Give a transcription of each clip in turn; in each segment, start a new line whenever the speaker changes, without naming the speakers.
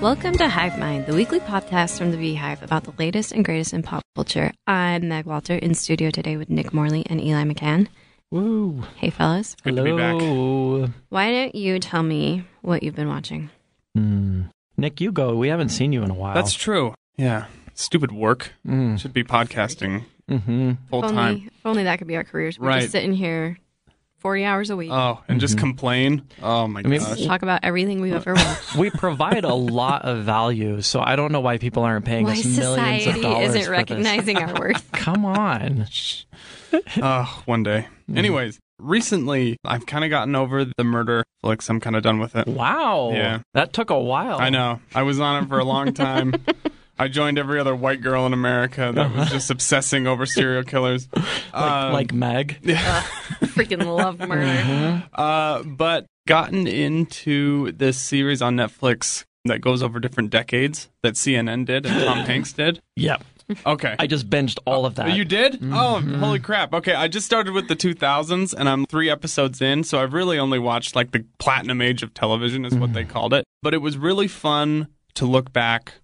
Welcome to Hive Mind, the weekly podcast from the Beehive about the latest and greatest in pop culture. I'm Meg Walter in studio today with Nick Morley and Eli McCann.
Woo.
Hey, fellas.
Good to be back.
Hello.
Why don't you tell me what you've been watching?
Hmm. Nick, you go. We haven't seen you in a while.
That's true. Yeah. Stupid work.
Mm.
Should be podcasting
hmm
full
if only,
time.
If only that could be our careers. We
Right.
just sit in here 40 hours a week,
Oh, and just complain. Oh my
mean-
gosh.
talk about everything we've ever watched.
We provide a lot of value, so I don't know why people aren't paying
Why
us millions of
society
dollars
isn't
for
recognizing our worth.
This. Come on.
Oh, one day. Anyways, recently I've kind of gotten over the murder flicks. I'm kind of done with it.
Wow.
Yeah.
That took a while.
I know. I was on it for a long time. I joined every other white girl in America that was just obsessing over serial killers.
Like,
Um,
like Meg.
Freaking love
Mm-hmm.
murder.
Uh, but gotten into this series on Netflix that goes over different decades that CNN did and Tom Hanks did.
Yep.
Okay.
I just binged all of that. Mm-hmm.
You did? Oh, holy crap. Okay, I just started with the 2000s and I'm three episodes in, so I've really only watched like the platinum age of television, is what they
Mm-hmm.
called it. But it was really fun to look back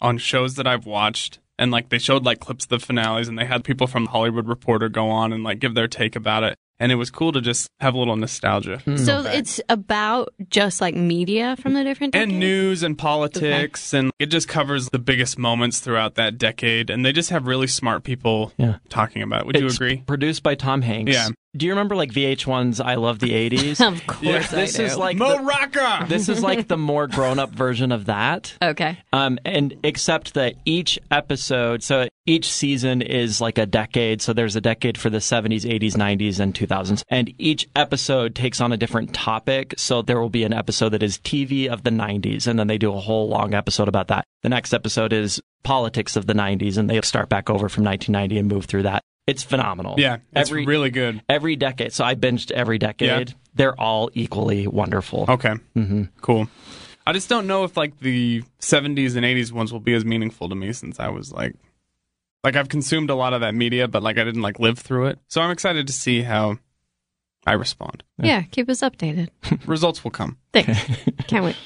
on shows that I've watched. And like they showed like clips of the finales and they had people from Hollywood Reporter go on and like give their take about it. And it was cool to just have a little nostalgia.
Hmm.
so it's about just like media from the different
And
decades?
news and politics, and it just covers the biggest moments throughout that decade. And they just have really smart people
Yeah.
talking about it. Would you
It's
agree?
Produced by Tom Hanks.
Yeah.
Do you remember like VH1's I Love the 80s?
Of course I
this
do.
is like the-
Morocco!
this is like the more grown-up version of that.
okay.
Um, and except that each episode, so each season is like a decade. So there's a decade for the 70s, 80s, 90s, and 2000s. And each episode takes on a different topic. So there will be an episode that is TV of the 90s, and then they do a whole long episode about that. The next episode is politics of the 90s, and they start back over from 1990 and move through that. It's phenomenal.
Yeah, it's
every
really good.
every decade. So I binged every decade. They're all equally wonderful.
Okay, mm-hmm. cool. I just don't know if like the '70s and '80s ones will be as meaningful to me since I was like, like I've consumed a lot of that media, but like I didn't like live through it. So I'm excited to see how I respond.
Yeah, keep us updated.
Results will come,
Thanks. Can't wait.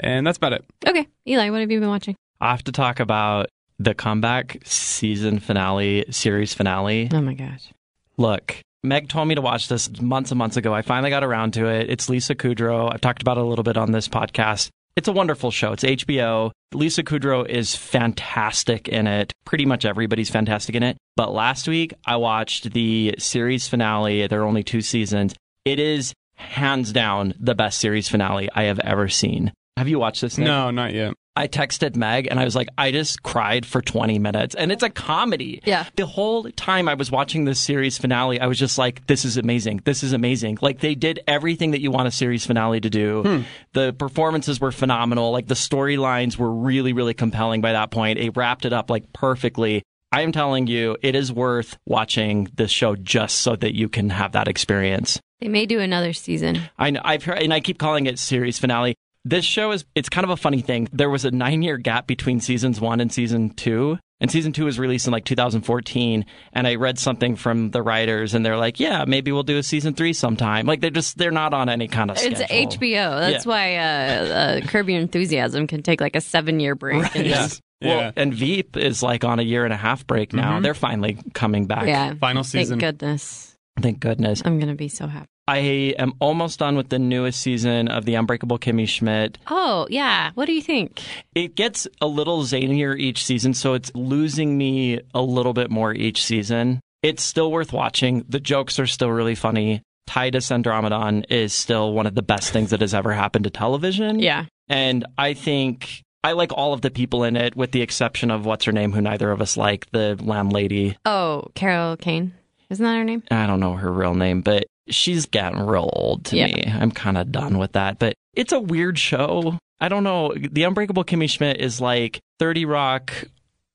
and that's about it.
Okay, Eli, what have you been watching?
I have to talk about the comeback season finale, series finale.
Oh my gosh.
Look, Meg told me to watch this months and months ago. I finally got around to it. It's Lisa Kudrow. I've talked about it a little bit on this podcast. It's a wonderful show. It's HBO. Lisa Kudrow is fantastic in it. Pretty much everybody's fantastic in it. But last week, I watched the series finale. There are only two seasons. It is hands down the best series finale I have ever seen. Have you watched this? Nick?
No, not yet.
I texted Meg and I was like, I just cried for 20 minutes. And it's a comedy.
Yeah.
The whole time I was watching this series finale, I was just like, this is amazing. This is amazing. Like, they did everything that you want a series finale to do. The performances were phenomenal. Like, the storylines were really, really compelling by that point. It wrapped it up like perfectly. I am telling you, it is worth watching this show just so that you can have that experience.
They may do another season.
I know, I've heard, and I keep calling it series finale. This show is it's kind of a funny thing. There was a nine year gap between seasons one and season two. And season two was released in like 2014. And I read something from the writers and they're like, yeah, maybe we'll do a season three sometime. Like they're just, they're not on any kind of
It's
schedule.
HBO. That's
Yeah.
why uh, uh, Curb Your Enthusiasm can take like a seven year break. and
Yeah.
just-
Well,
Yeah.
and Veep is like on a year and a half break now. They're finally coming back.
Mm-hmm. yeah.
Final
Thank
season.
goodness.
Thank goodness.
I'm going to be so happy.
I am almost done with the newest season of The Unbreakable Kimmy Schmidt.
Oh, yeah. What do you think?
It gets a little zanier each season, so it's losing me a little bit more each season. It's still worth watching. The jokes are still really funny. Titus Andromedon is still one of the best things that has ever happened to television.
Yeah.
And I think I like all of the people in it, with the exception of what's her name, who neither of us like, the landlady.
Oh, Carol Kane. Isn't that her name?
I don't know her real name, but she's getting real old to
Yeah.
me. I'm kind of done with that. But it's a weird show. I don't know. The Unbreakable Kimmy Schmidt is like 30 Rock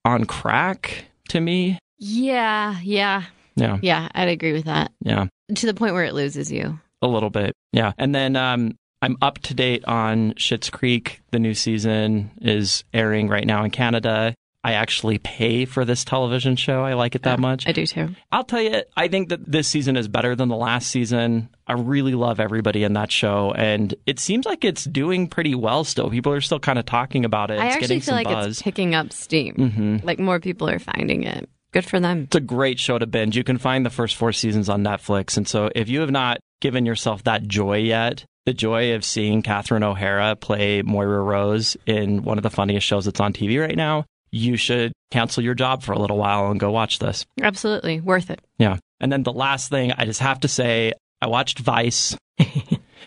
on crack to me.
Yeah. Yeah.
Yeah.
Yeah. I'd agree with that
Yeah.
to the point where it loses you.
A little bit. Yeah. And then um, I'm up to date on Schitt's Creek. The new season is airing right now in Canada. I actually pay for this television show. I like it that much.
I do too.
I'll tell you, I think that this season is better than the last season. I really love everybody in that show, and it seems like it's doing pretty well still. People are still kind of talking about it.
I
it's
actually
getting
feel
some
like
buzz. Mm-hmm.
it's picking up steam. Like more people are finding it. Good for them.
It's a great show to binge. You can find the first four seasons on Netflix. And so if you have not given yourself that joy yet, the joy of seeing Catherine O'Hara play Moira Rose in one of the funniest shows that's on TV right now, you should cancel your job for a little while and go watch this.
Absolutely worth it.
Yeah. And then the last thing I just have to say, I watched Vice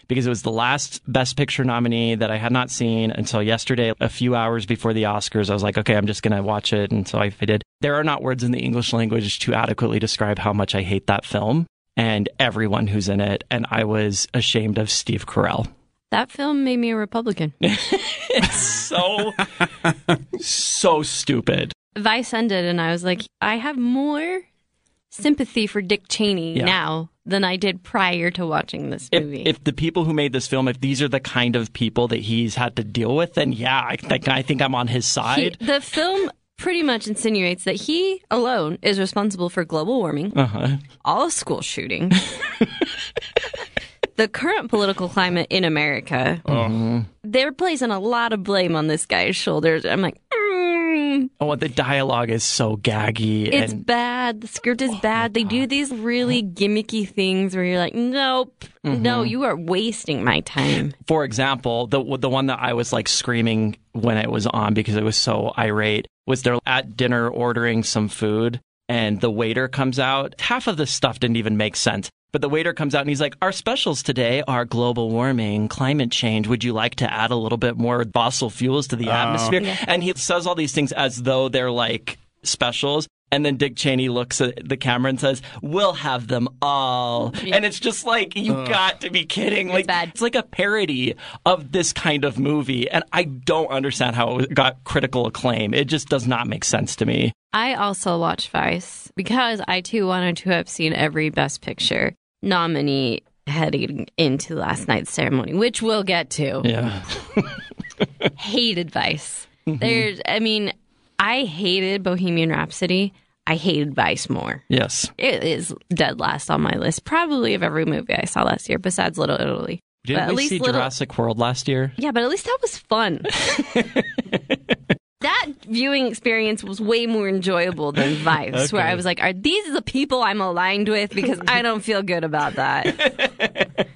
because it was the last Best Picture nominee that I had not seen until yesterday, a few hours before the Oscars. I was like, okay, I'm just going to watch it. And so I, I did. There are not words in the English language to adequately describe how much I hate that film and everyone who's in it. And I was ashamed of Steve Carell.
That film made me a Republican.
It's so, so stupid.
Vice ended, and I was like, I have more sympathy for Dick Cheney
Yeah.
now than I did prior to watching this
if,
movie.
if the people who made this film, if these are the kind of people that he's had to deal with, then yeah, I think I think I'm on his
He-
side.
the film pretty much insinuates that he alone is responsible for global warming,
uh-huh.
all school shooting, the current political climate in America. They're placing a lot of blame on this guy's shoulders. I'm like, mm,
Oh, the dialogue is so gaggy,
it's
and Oh
bad. The script is bad. They do these really gimmicky things where you're like, nope, no,
Mm-hmm.
you are wasting my time.
for example, the the one that I was like screaming when it was on because I was so irate was they're at dinner ordering some food, and the waiter comes out. Half of this stuff didn't even make sense. But the waiter comes out and he's like, "Our specials today are global warming, climate change. Would you like to add a little bit more fossil fuels to the atmosphere?" And he says all these things as though they're like specials. And then Dick Cheney looks at the camera and says, "We'll have them all." And it's just like you got to be kidding. like
bad.
it's like a parody of this kind of movie, and I don't understand how it got critical acclaim. It just does not make sense to me.
I also watch Vice because I too wanted to have seen every Best Picture nominee heading into last night's ceremony, which we'll get to.
Yeah.
Hated Vice.
Mm-hmm.
There's, I mean, I hated Bohemian Rhapsody. I hated Vice more.
Yes.
It is dead last on my list, probably of every movie I saw last year, besides Little Italy.
Didn't
But at
we
least
see
little-
Jurassic World last year?
Yeah, but at least that was fun. that viewing experience was way more enjoyable than Vice, where I was like, are these the people I'm aligned with? Because I don't feel good about that.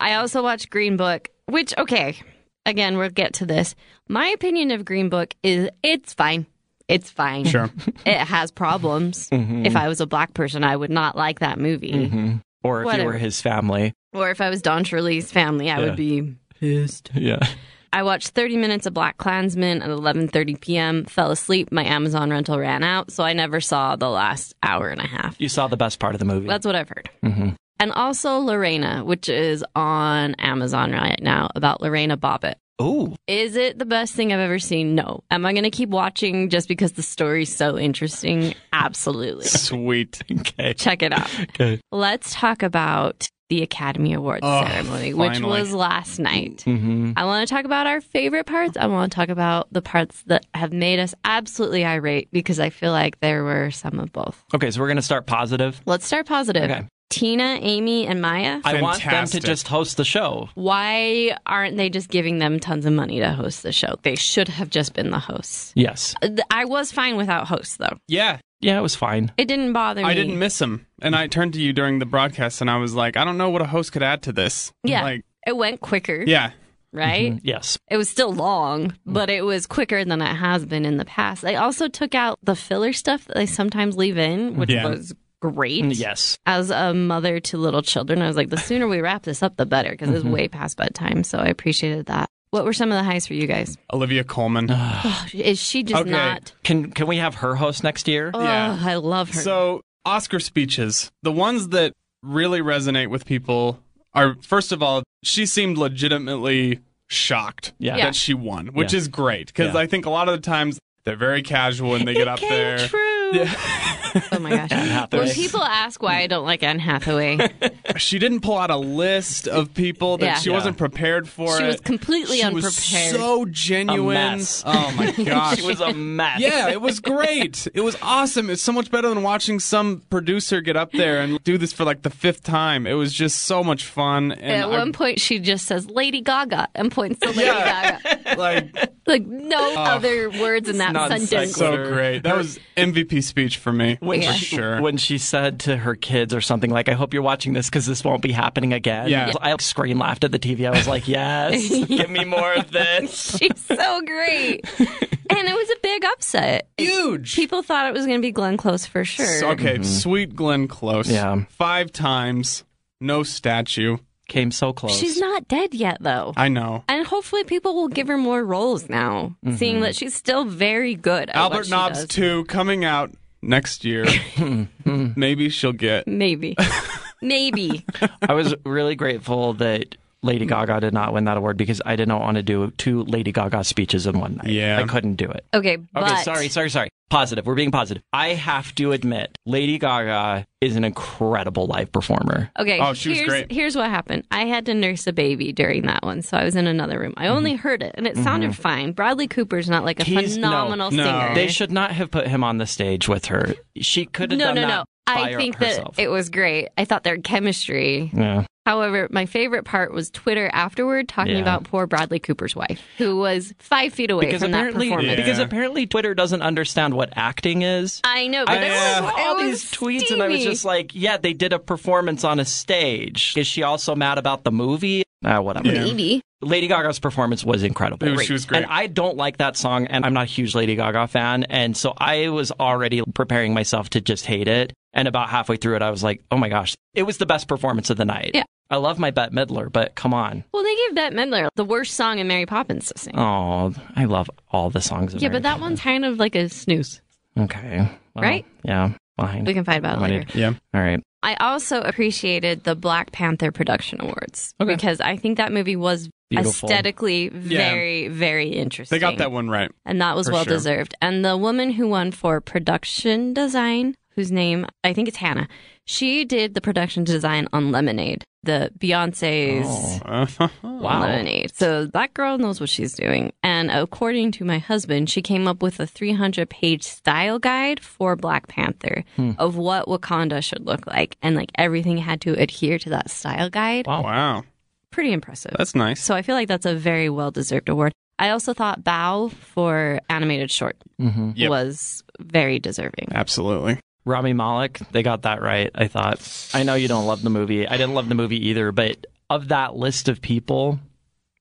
I also watched Green Book, which, okay, again, we'll get to this. My opinion of Green Book is it's fine. It's fine.
Sure.
It has problems. If I was a black person, I would not like that movie.
Or if you
Whatever.
were his family?
Or if I was Don Shirley's family, I
Yeah.
would be pissed.
Yeah.
I watched 30 minutes of Black Klansman at 11:30 p.m. Fell asleep. My Amazon rental ran out, so I never saw the last hour and a half.
You saw the best part of the movie. Mm-hmm.
That's what I've heard. And also Lorena, which is on Amazon right now, about Lorena Bobbitt.
Ooh.
Is it the best thing I've ever seen? No. Am I going to keep watching just because the story's so interesting? Absolutely.
Sweet.
Okay.
Check it out.
Okay.
Let's talk about the Academy Awards
Oh,
ceremony, which
finally.
was last night.
Mm-hmm.
I want to talk about our favorite parts. I want to talk about the parts that have made us absolutely irate because I feel like there were some of both.
Okay, so we're gonna start positive.
Let's start positive.
Okay.
Tina, Amy, and Maya,
I want them to
Fantastic.
just host the show.
why aren't they just giving them tons of money to host the show? They should have just been the hosts.
Yes.
Th- I was fine without hosts, though.
Yeah.
Yeah, it was fine.
It didn't bother me.
I didn't miss him. And I turned to you during the broadcast and I was like, I don't know what a host could add to this.
Yeah.
Like,
it went quicker,
yeah. Mm-hmm.
right?
Yes.
It was still long, but it was quicker than it has been in the past. They also took out the filler stuff that they sometimes leave in, which
Yeah.
was great.
Yes.
as a mother to little children, I was like, the sooner we wrap this up, the better, because
Mm-hmm.
it's way past bedtime. So I appreciated that. What were some of the highs for you guys?
Olivia Coleman.
Oh, Is she just
Okay.
not?
Can can we have her host next year?
Oh,
Yeah.
I love her.
So, Oscar speeches, the ones that really resonate with people are first of all, she seemed legitimately shocked
Yeah.
Yeah.
that she won, which
Yeah.
is great because
Yeah.
I think a lot of the times they're very casual and they
It
get up
came
there.
true. Woo! oh my gosh.
Hathaway.
When people ask why I don't like Anne Hathaway,
She didn't pull out a list of people that
Yeah.
she
Yeah.
wasn't prepared for.
she was
it.
completely
She was
unprepared.
so genuine.
A mess.
Oh my gosh.
She was a mess.
yeah, it was great. It was awesome. It's so much better than watching some producer get up there and do this for like the fifth time. It was just so much fun. And
At
I-
one point, she just says "Lady Gaga" and points to Lady
Yeah.
Gaga.
like
Like no other words in that
not
sentence.
sexual.
so great. That was MVP speech for me
When
Yeah.
for
she,
sure.
when she said to her kids or something like, "I hope you're watching this because this won't be happening again."
Yeah.
I scream laughed at the TV. I was like, "Yes, give me more of this."
She's so great, and it was a big upset.
Huge.
People thought it was going to be Glenn Close for sure.
So- Okay, sweet Glenn Close.
Mm-hmm. Yeah.
Five times, no statue.
Came so close.
She's not dead yet, though.
I know.
and hopefully, people will give her more roles now, seeing that she's still very good. At what
Albert
she
Nobbs
does.
2 coming out next year. Maybe she'll get.
Maybe, maybe.
I was really grateful that Lady Gaga did not win that award because I did not want to do two Lady Gaga speeches in one night.
Yeah.
I couldn't do it.
Okay,
Okay,
but
sorry, sorry, sorry. Positive. We're being positive. I have to admit, Lady Gaga is an incredible live performer.
Okay.
Oh, she was
here's,
great.
Here's what happened. I had to nurse a baby during that one, so I was in another room. I only heard it, and it sounded fine. Bradley Cooper's not like a
He's- no,
phenomenal
no.
singer.
They should not have put him on the stage with her. She could have
no,
done
no,
that
no.
by
I
her-
think
herself.
that it was great. I thought their chemistry.
yeah.
However, my favorite part was Twitter afterward talking
Yeah.
about poor Bradley Cooper's wife, who was five feet away
Because
from that
apparently,
performance.
because
Yeah.
apparently, Twitter doesn't understand what acting is.
I know. But
I
it
just
was,
saw all
it was
these tweets and I was
steamy.
just like, yeah, they did a performance on a stage. Is she also mad about the movie? Uh, whatever.
maybe.
Lady Gaga's performance was incredible.
It was- she was great.
And I don't like that song, and I'm not a huge Lady Gaga fan. And so I was already preparing myself to just hate it. And about halfway through it, I was like, oh my gosh, it was the best performance of the night.
Yeah.
I love my Bette Midler, but come on.
Well, they gave Bette Midler the worst song in Mary Poppins to sing.
Oh, I love all the songs. of
yeah,
Mary
but that one's kind of like a snooze.
Poppins. Okay. Well,
Right?
Yeah. Fine.
We can fight about it
Wanted-
later.
Yeah.
All right.
I also appreciated the Black Panther Production Awards
Okay.
because I think that movie was
Beautiful.
aesthetically very, very interesting.
They got that one right.
And that was
for
well
sure.
deserved. And the woman who won for production design, whose name I think it's Hannah, she did the production design on Lemonade, the Beyonce's
Oh,
on
wow.
lemonade. So that girl knows what she's doing. And according to my husband, she came up with a 300 page style guide for Black Panther of what Wakanda should look like. And like everything had to adhere to that style guide.
Wow.
wow.
Pretty impressive.
That's nice.
so I feel like that's a very well deserved award. I also thought Bao for animated short
hmm
Yep.
was very deserving.
Absolutely.
Rami Malek, they got that right, I thought. I know you don't love the movie. I didn't love the movie either, but of that list of people,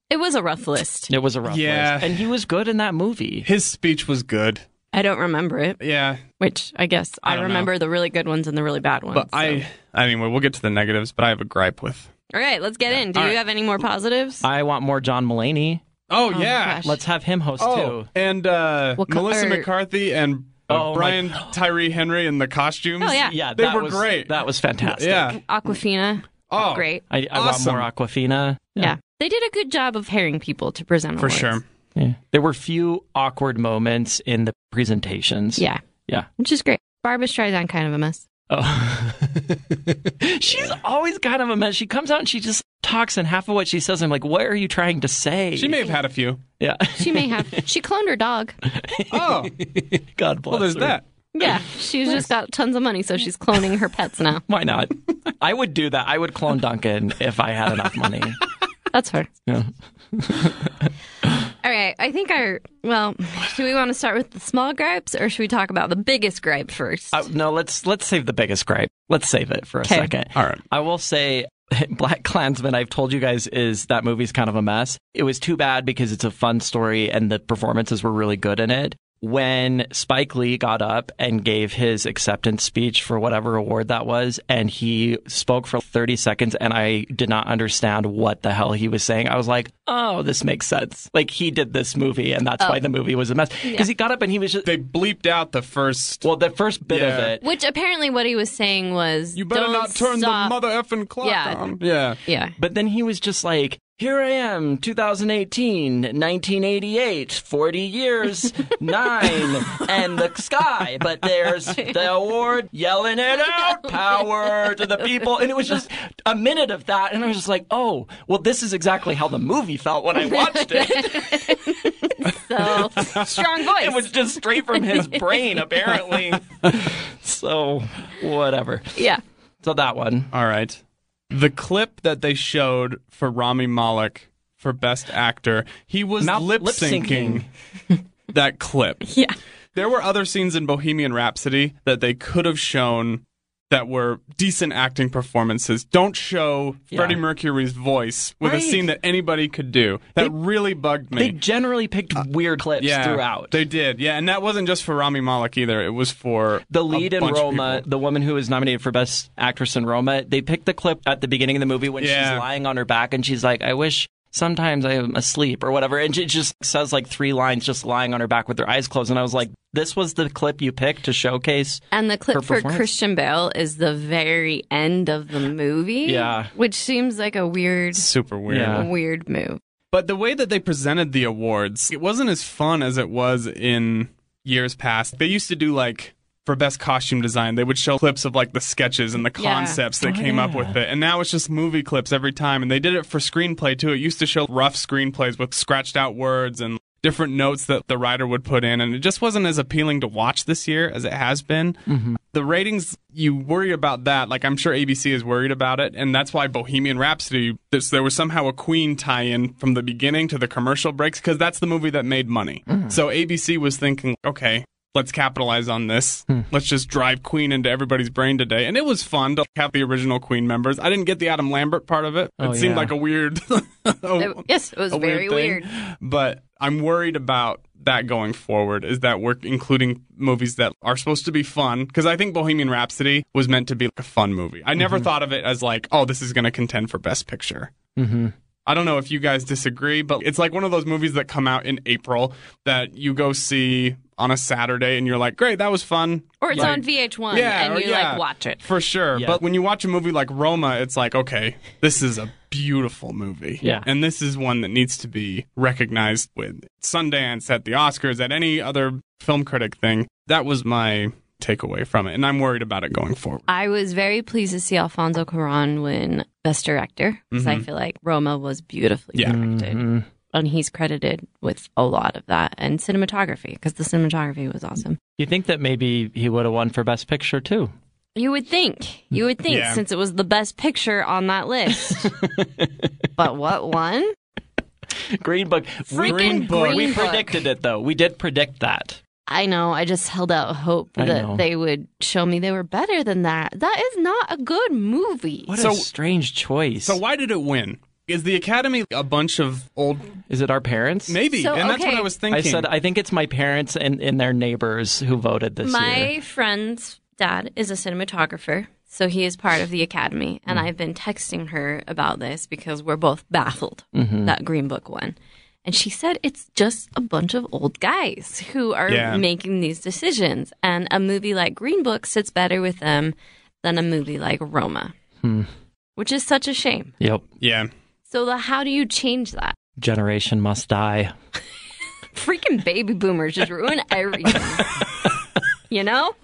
It was a rough list.
it was a rough
Yeah.
list. And he was good in that movie.
His speech was good.
I don't remember it,
Yeah.
which I guess
I
I,
don't know.
remember the really good ones and the really bad ones.
But
so.
I, anyway, we'll get to the negatives, but I have a gripe with.
All right, let's get in. Do
All
you
right.
have any more positives?
I want more John Mulaney.
Oh,
my
yeah.
gosh.
Let's have him host too.
Oh, and uh,
What co-
Melissa
or-
McCarthy and uh,
Oh, my-
Brian Tyree Henry in the costumes.
Oh, yeah.
Yeah,
They
that
were
was,
great.
That was fantastic.
Yeah.
Aquafina.
Oh,
Great.
I, I
Awesome.
want more Aquafina.
Yeah. They did a good job of hiring people to present
For
awards.
sure.
Yeah. There were few awkward moments in the presentations.
Yeah.
Yeah.
Which is great. Barbara Streisand kind of a mess.
Oh. She's always kind of a mess. She comes out and she just talks, and half of what she says, I'm like, what are you trying to say?
She may have had a few.
yeah.
She may have she cloned her dog.
Oh,
God bless
well, there's
her.
that.
Yeah. She's just got tons of money, so she's cloning her pets now.
Why not? I would do that. I would clone Duncan if I had enough money.
That's her.
Yeah.
All right. I think our well, do we want to start with the small gripes or should we talk about the biggest gripe first?
Uh, no, let's let's save the biggest gripe. Let's save it for a
Okay.
second.
All right.
I will say Black Klansman, I've told you guys, is that movie's kind of a mess. It was too bad because it's a fun story and the performances were really good in it. When Spike Lee got up and gave his acceptance speech for whatever award that was, and he spoke for 30 seconds, and I did not understand what the hell he was saying, I was like, oh, this makes sense. Like, he did this movie, and that's why the movie was a mess. Because he got up and he was just,
They bleeped out the first.
well, the first bit of
Yeah.
it,
Which apparently what he was saying was
You better
"Don't
not turn
stop."
the mother effing clock
Yeah.
on. Yeah.
Yeah.
But then he was just like, Here I am, 2018, 1988, 40 years, nine, and the sky. But there's the award yelling it out, power to the people. And it was just a minute of that. And I was just like, oh, well, this is exactly how the movie felt when I watched it.
So strong voice.
It was just straight from his brain, apparently. So, whatever.
yeah.
So, that one.
All right. The clip that they showed for Rami Malek for Best Actor, he was
Mouth-
lip syncing that clip.
Yeah.
There were other scenes in Bohemian Rhapsody that they could have shown that were decent acting performances. Don't show
Yeah.
Freddie Mercury's voice with
Right.
a scene that anybody could do. That really bugged me.
They generally picked weird clips
Uh, yeah,
throughout.
They did. Yeah, and that wasn't just for Rami Malek either. It was for
the
a
lead in
bunch of
Roma,
people.
the woman who was nominated for Best Actress in Roma, they picked the clip at the beginning of the movie when
Yeah.
she's lying on her back and she's like, I wish sometimes I am asleep or whatever. And she just says like three lines just lying on her back with her eyes closed. And I was like, this was the clip you picked to showcase.
And the clip
Her
for
performance.
Christian Bale is the very end of the movie.
Yeah.
Which seems like a weird,
Super weird.
Yeah.
weird move.
But the way that they presented the awards, it wasn't as fun as it was in years past. They used to do like for best costume design, they would show clips of like the sketches and the
Yeah.
concepts they
Oh,
came up
yeah.
with it. And now it's just movie clips every time. And they did it for screenplay too. It used to show rough screenplays with scratched out words and different notes that the writer would put in. And it just wasn't as appealing to watch this year as it has been. The ratings, you worry about that. Like, I'm sure ABC is worried about it. And that's why Bohemian Rhapsody, this, there was somehow a Queen tie in from the beginning to the commercial breaks because that's the movie that made money.
Mm-hmm.
So ABC was thinking, okay, let's capitalize on this.
Hmm.
Let's just drive Queen into everybody's brain today. And it was fun to have the original Queen members. I didn't get the Adam Lambert part of it.
Oh,
it seemed
yeah.
like a weird. a-
It- yes, it was
a
very weird.
weird, thing. But I'm worried about that going forward is that we're including movies that are supposed to be fun because I think Bohemian Rhapsody was meant to be like a fun movie. I never
Mm-hmm.
thought of it as like, oh, this is going to contend for best picture.
Mm-hmm.
I don't know if you guys disagree, but it's like one of those movies that come out in April that you go see on a Saturday and you're like, great, that was fun.
Or it's
Like-
on VH1
Yeah, or-
and you
yeah.
like watch it.
For sure.
Yeah.
But when you watch a movie like Roma, it's like, okay, this is a beautiful movie.
Yeah.
And this is one that needs to be recognized with Sundance, at the Oscars, at any other film critic thing. That was my takeaway from it. And I'm worried about it going forward.
I was very pleased to see Alfonso Cuaron win Best Director because I feel like Roma was beautifully
Mm-hmm. Yeah.
directed.
Mm-hmm.
And he's credited with a lot of that and cinematography because the cinematography was awesome.
You think that maybe he would have won for Best Picture too?
You would think. You would think
Yeah.
since it was the best picture on that list. but what one?
Green Book. We-
Freaking Green
we
Book.
predicted it though. We did predict that.
I know. I just held out hope
I
that
know.
they would show me they were better than that. That is not a good movie.
What
So-
a strange choice.
So, why did it win? Is the Academy a bunch of old.
Is it our parents?
Maybe.
So,
and that's what
okay.
I was thinking.
I said uh, I think it's my parents and, and their neighbors who voted this
My
year.
friend's dad is a cinematographer, so he is part of the academy.
Mm.
And I've been texting her about this because we're both baffled
Mm-hmm.
that Green Book one. And she said it's just a bunch of old guys who are
Yeah.
making these decisions. And a movie like Green Book sits better with them than a movie like Roma,
Hmm.
which is such a shame.
Yep.
yeah.
So, the, how do you change that?
Generation must die.
Freaking baby boomers just ruin everything. you know?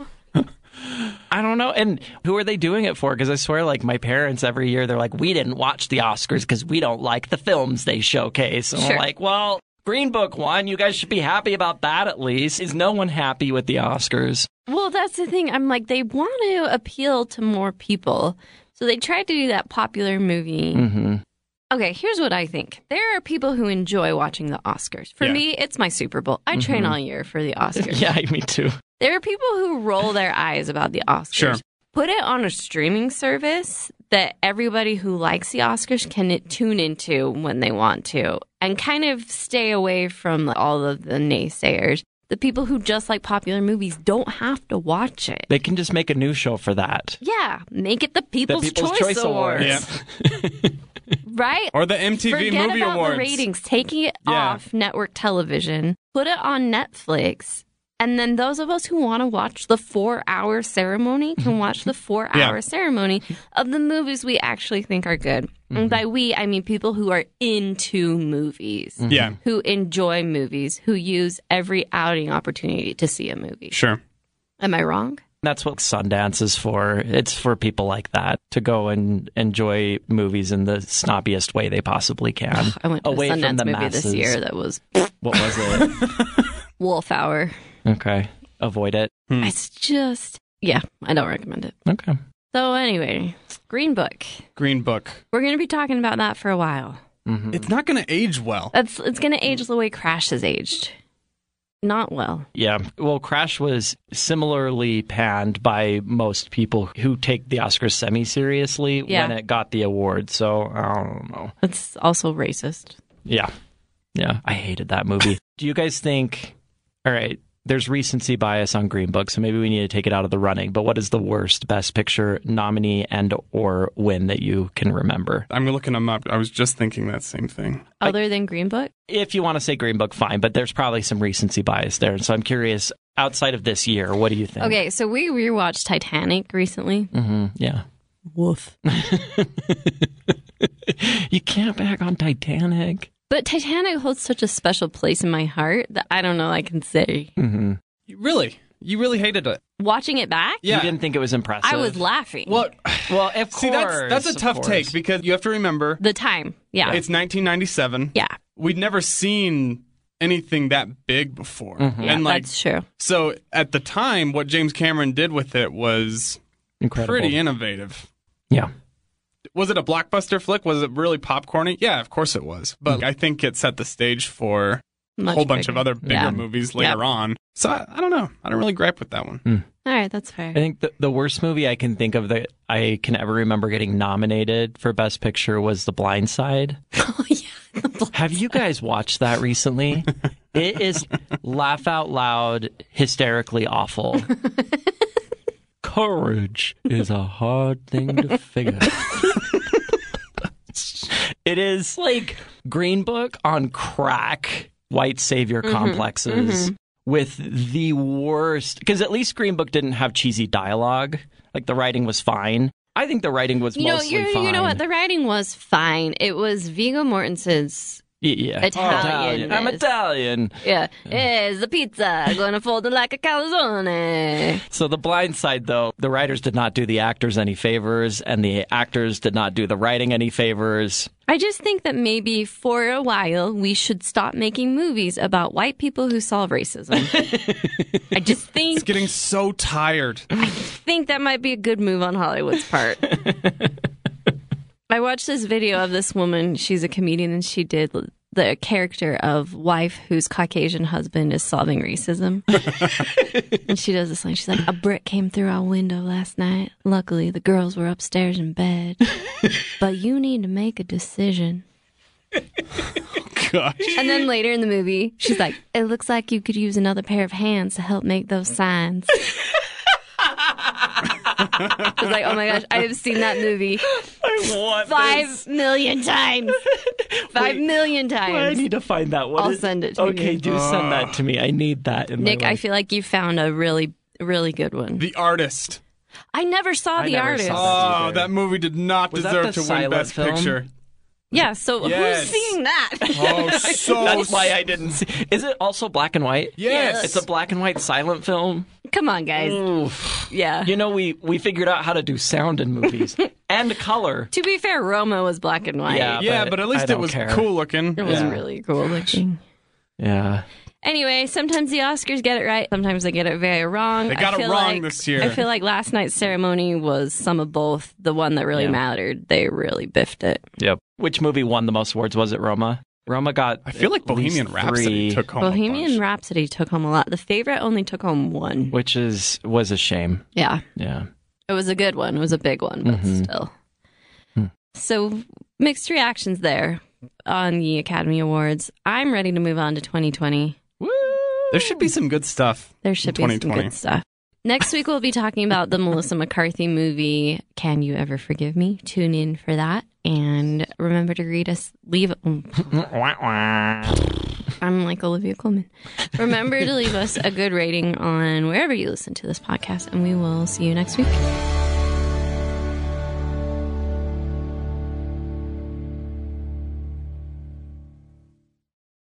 I don't know. And who are they doing it for? Because I swear, like, my parents every year, they're like, we didn't watch the Oscars because we don't like the films they showcase. And I'm
Sure.
like, well, Green Book won. You guys should be happy about that at least. Is no one happy with the Oscars?
Well, that's the thing. I'm like, they want to appeal to more people. So they tried to do that popular movie.
Hmm.
Mm-hmm.
Okay, here's what I think. There are people who enjoy watching the Oscars. For
Yeah. Mm-hmm.
me, it's my Super Bowl. I train all year for the Oscars.
Yeah, me too.
There are people who roll their eyes about the Oscars.
Sure.
Put it on a streaming service that everybody who likes the Oscars can tune into when they want to and kind of stay away from all of the naysayers. The people who just like popular movies don't have to watch it.
They can just make a new show for that.
Yeah, make it the
The
People's, Choice, Awards,
Awards.
right?
Or the MTV
Forget
Movie
about
Awards.
the ratings, taking it
Yeah.
off network television, put it on Netflix, and then those of us who want to watch the four-hour ceremony can watch the four-hour ceremony of the movies we actually think are good. And by we, I mean people who are into movies,
Yeah,
who enjoy movies, who use every outing opportunity to see a movie.
sure.
Am I wrong?
That's what Sundance is for. It's for people like that to go and enjoy movies in the snobbiest way they possibly can.
I went to
Away
a
from
Sundance
the
movie
masses.
this year that was
what was it?
Wolf Hour.
okay. Avoid it.
Hmm.
It's just, yeah, I don't recommend it.
Okay.
So, anyway, Green Book.
Green Book.
We're going to be talking about that for a while.
It's not going to age well.
That's It's going to age the way Crash has aged. Not well.
Yeah. Well, Crash was similarly panned by most people who take the Oscars semi seriously
Yeah.
when it got the award. So I don't know.
It's also racist.
Yeah. Yeah. I hated that movie. Do you guys think, all right, there's recency bias on Green Book, so maybe we need to take it out of the running, but what is the worst best picture nominee and or win that you can remember?
I'm looking them up. I was just thinking that same thing.
Other than Green Book?
If you want to say Green Book, fine, but there's probably some recency bias there. So I'm curious, outside of this year, what do you think?
Okay, so we rewatched Titanic recently.
Mm.
hmm Yeah.
Woof.
You can't back on Titanic.
But Titanic holds such a special place in my heart that I don't know I can say.
Mm.
hmm
Really? You really hated it?
Watching it back,
Yeah.
You didn't think it was impressive.
I was laughing.
Well,
Well, of course.
see, that's that's a
of
tough
course.
take because you have to remember
The time. Yeah.
it's 1997.
yeah.
We'd never seen anything that big before,
Yeah,
and like
that's true.
so at the time, what James Cameron did with it was
Incredible.
pretty innovative.
yeah.
was it a blockbuster flick? Was it really popcorny? Yeah, of course it was. But I think it set the stage for a
Much
whole bunch
bigger.
of other bigger
Yeah.
movies later
Yeah.
on. So I, I don't know. I don't really gripe with that one.
All right, that's fair.
I think the, the worst movie I can think of that I can ever remember getting nominated for Best Picture was The Blind Side.
oh, yeah.
Have you guys watched that recently? it is laugh out loud, hysterically awful. Courage is a hard thing to figure. it is like Green Book on crack, white savior
Mm-hmm,
complexes with the worst. Because at least Green Book didn't have cheesy dialogue. Like the writing was fine. I think the writing was
You know,
mostly
you
fine.
you know what? The writing was fine. It was Vigo Mortensen's.
Y- yeah.
Italian
I'm
is-
Italian.
Yeah, is the pizza gonna fold it like a calzone?
So the blind side though, the writers did not do the actors any favors and the actors did not do the writing any favors.
I just think that maybe for a while we should stop making movies about white people who solve racism. I just
It's
think
getting so tired.
think that might be a good move on Hollywood's part. I watched this video of this woman. She's a comedian, and she did the character of wife whose Caucasian husband is solving racism. and she does this line. She's like, "A brick came through our window last night. Luckily, the girls were upstairs in bed. but you need to make a decision."
Gosh.
And then later in the movie, she's like, "It looks like you could use another pair of hands to help make those signs." I was like, "Oh my gosh, I have seen that movie
I want
five million times, Five million
I
times."
need to find that one.
I'll send it to
Okay,
you.
do send that to me. I need that in
Nick,
my
I
life.
feel like you found a really, really good one.
The artist.
I never saw
I
the
never
artist.
saw
Oh, that movie did not
Was that
deserve
the
to win
silent
Best
film?
Picture.
yeah, so
Yes.
who's seeing that?
Oh, so
That's why I didn't see. Is it also black and white?
yes.
It's a black and white silent film.
Come on, guys. mm. Yeah.
You know, we we figured out how to do sound in movies and color.
to be fair, Roma was black and white.
Yeah.
yeah,
but
but at
I
least it
don't
was
care.
cool looking.
It was
Yeah.
really cool looking.
Yeah.
Anyway, sometimes the Oscars get it right. Sometimes they get it very wrong.
They got
I
it
feel
wrong
like-
this year.
I feel like last night's ceremony was some of both. The one that really
Yeah.
mattered, they really biffed it.
Yep. Which movie won the most awards? Was it Roma? Roma got.
I feel like Bohemian Rhapsody took home. a
Bohemian
bunch.
Rhapsody took home a lot. The favorite only took home one.
which is was a shame.
Yeah,
Yeah.
it was a good one. It was a big one, but still. So mixed reactions there on the Academy Awards. I'm ready to move on to 2020.
There should be some good stuff.
There should be some
2020.
good stuff. Next week, we'll be talking about the Melissa McCarthy movie, Can You Ever Forgive Me? Tune in for that. And remember to read us, leave, I'm like Olivia Coleman. Remember to leave us a good rating on wherever you listen to this podcast, and we will see you next week.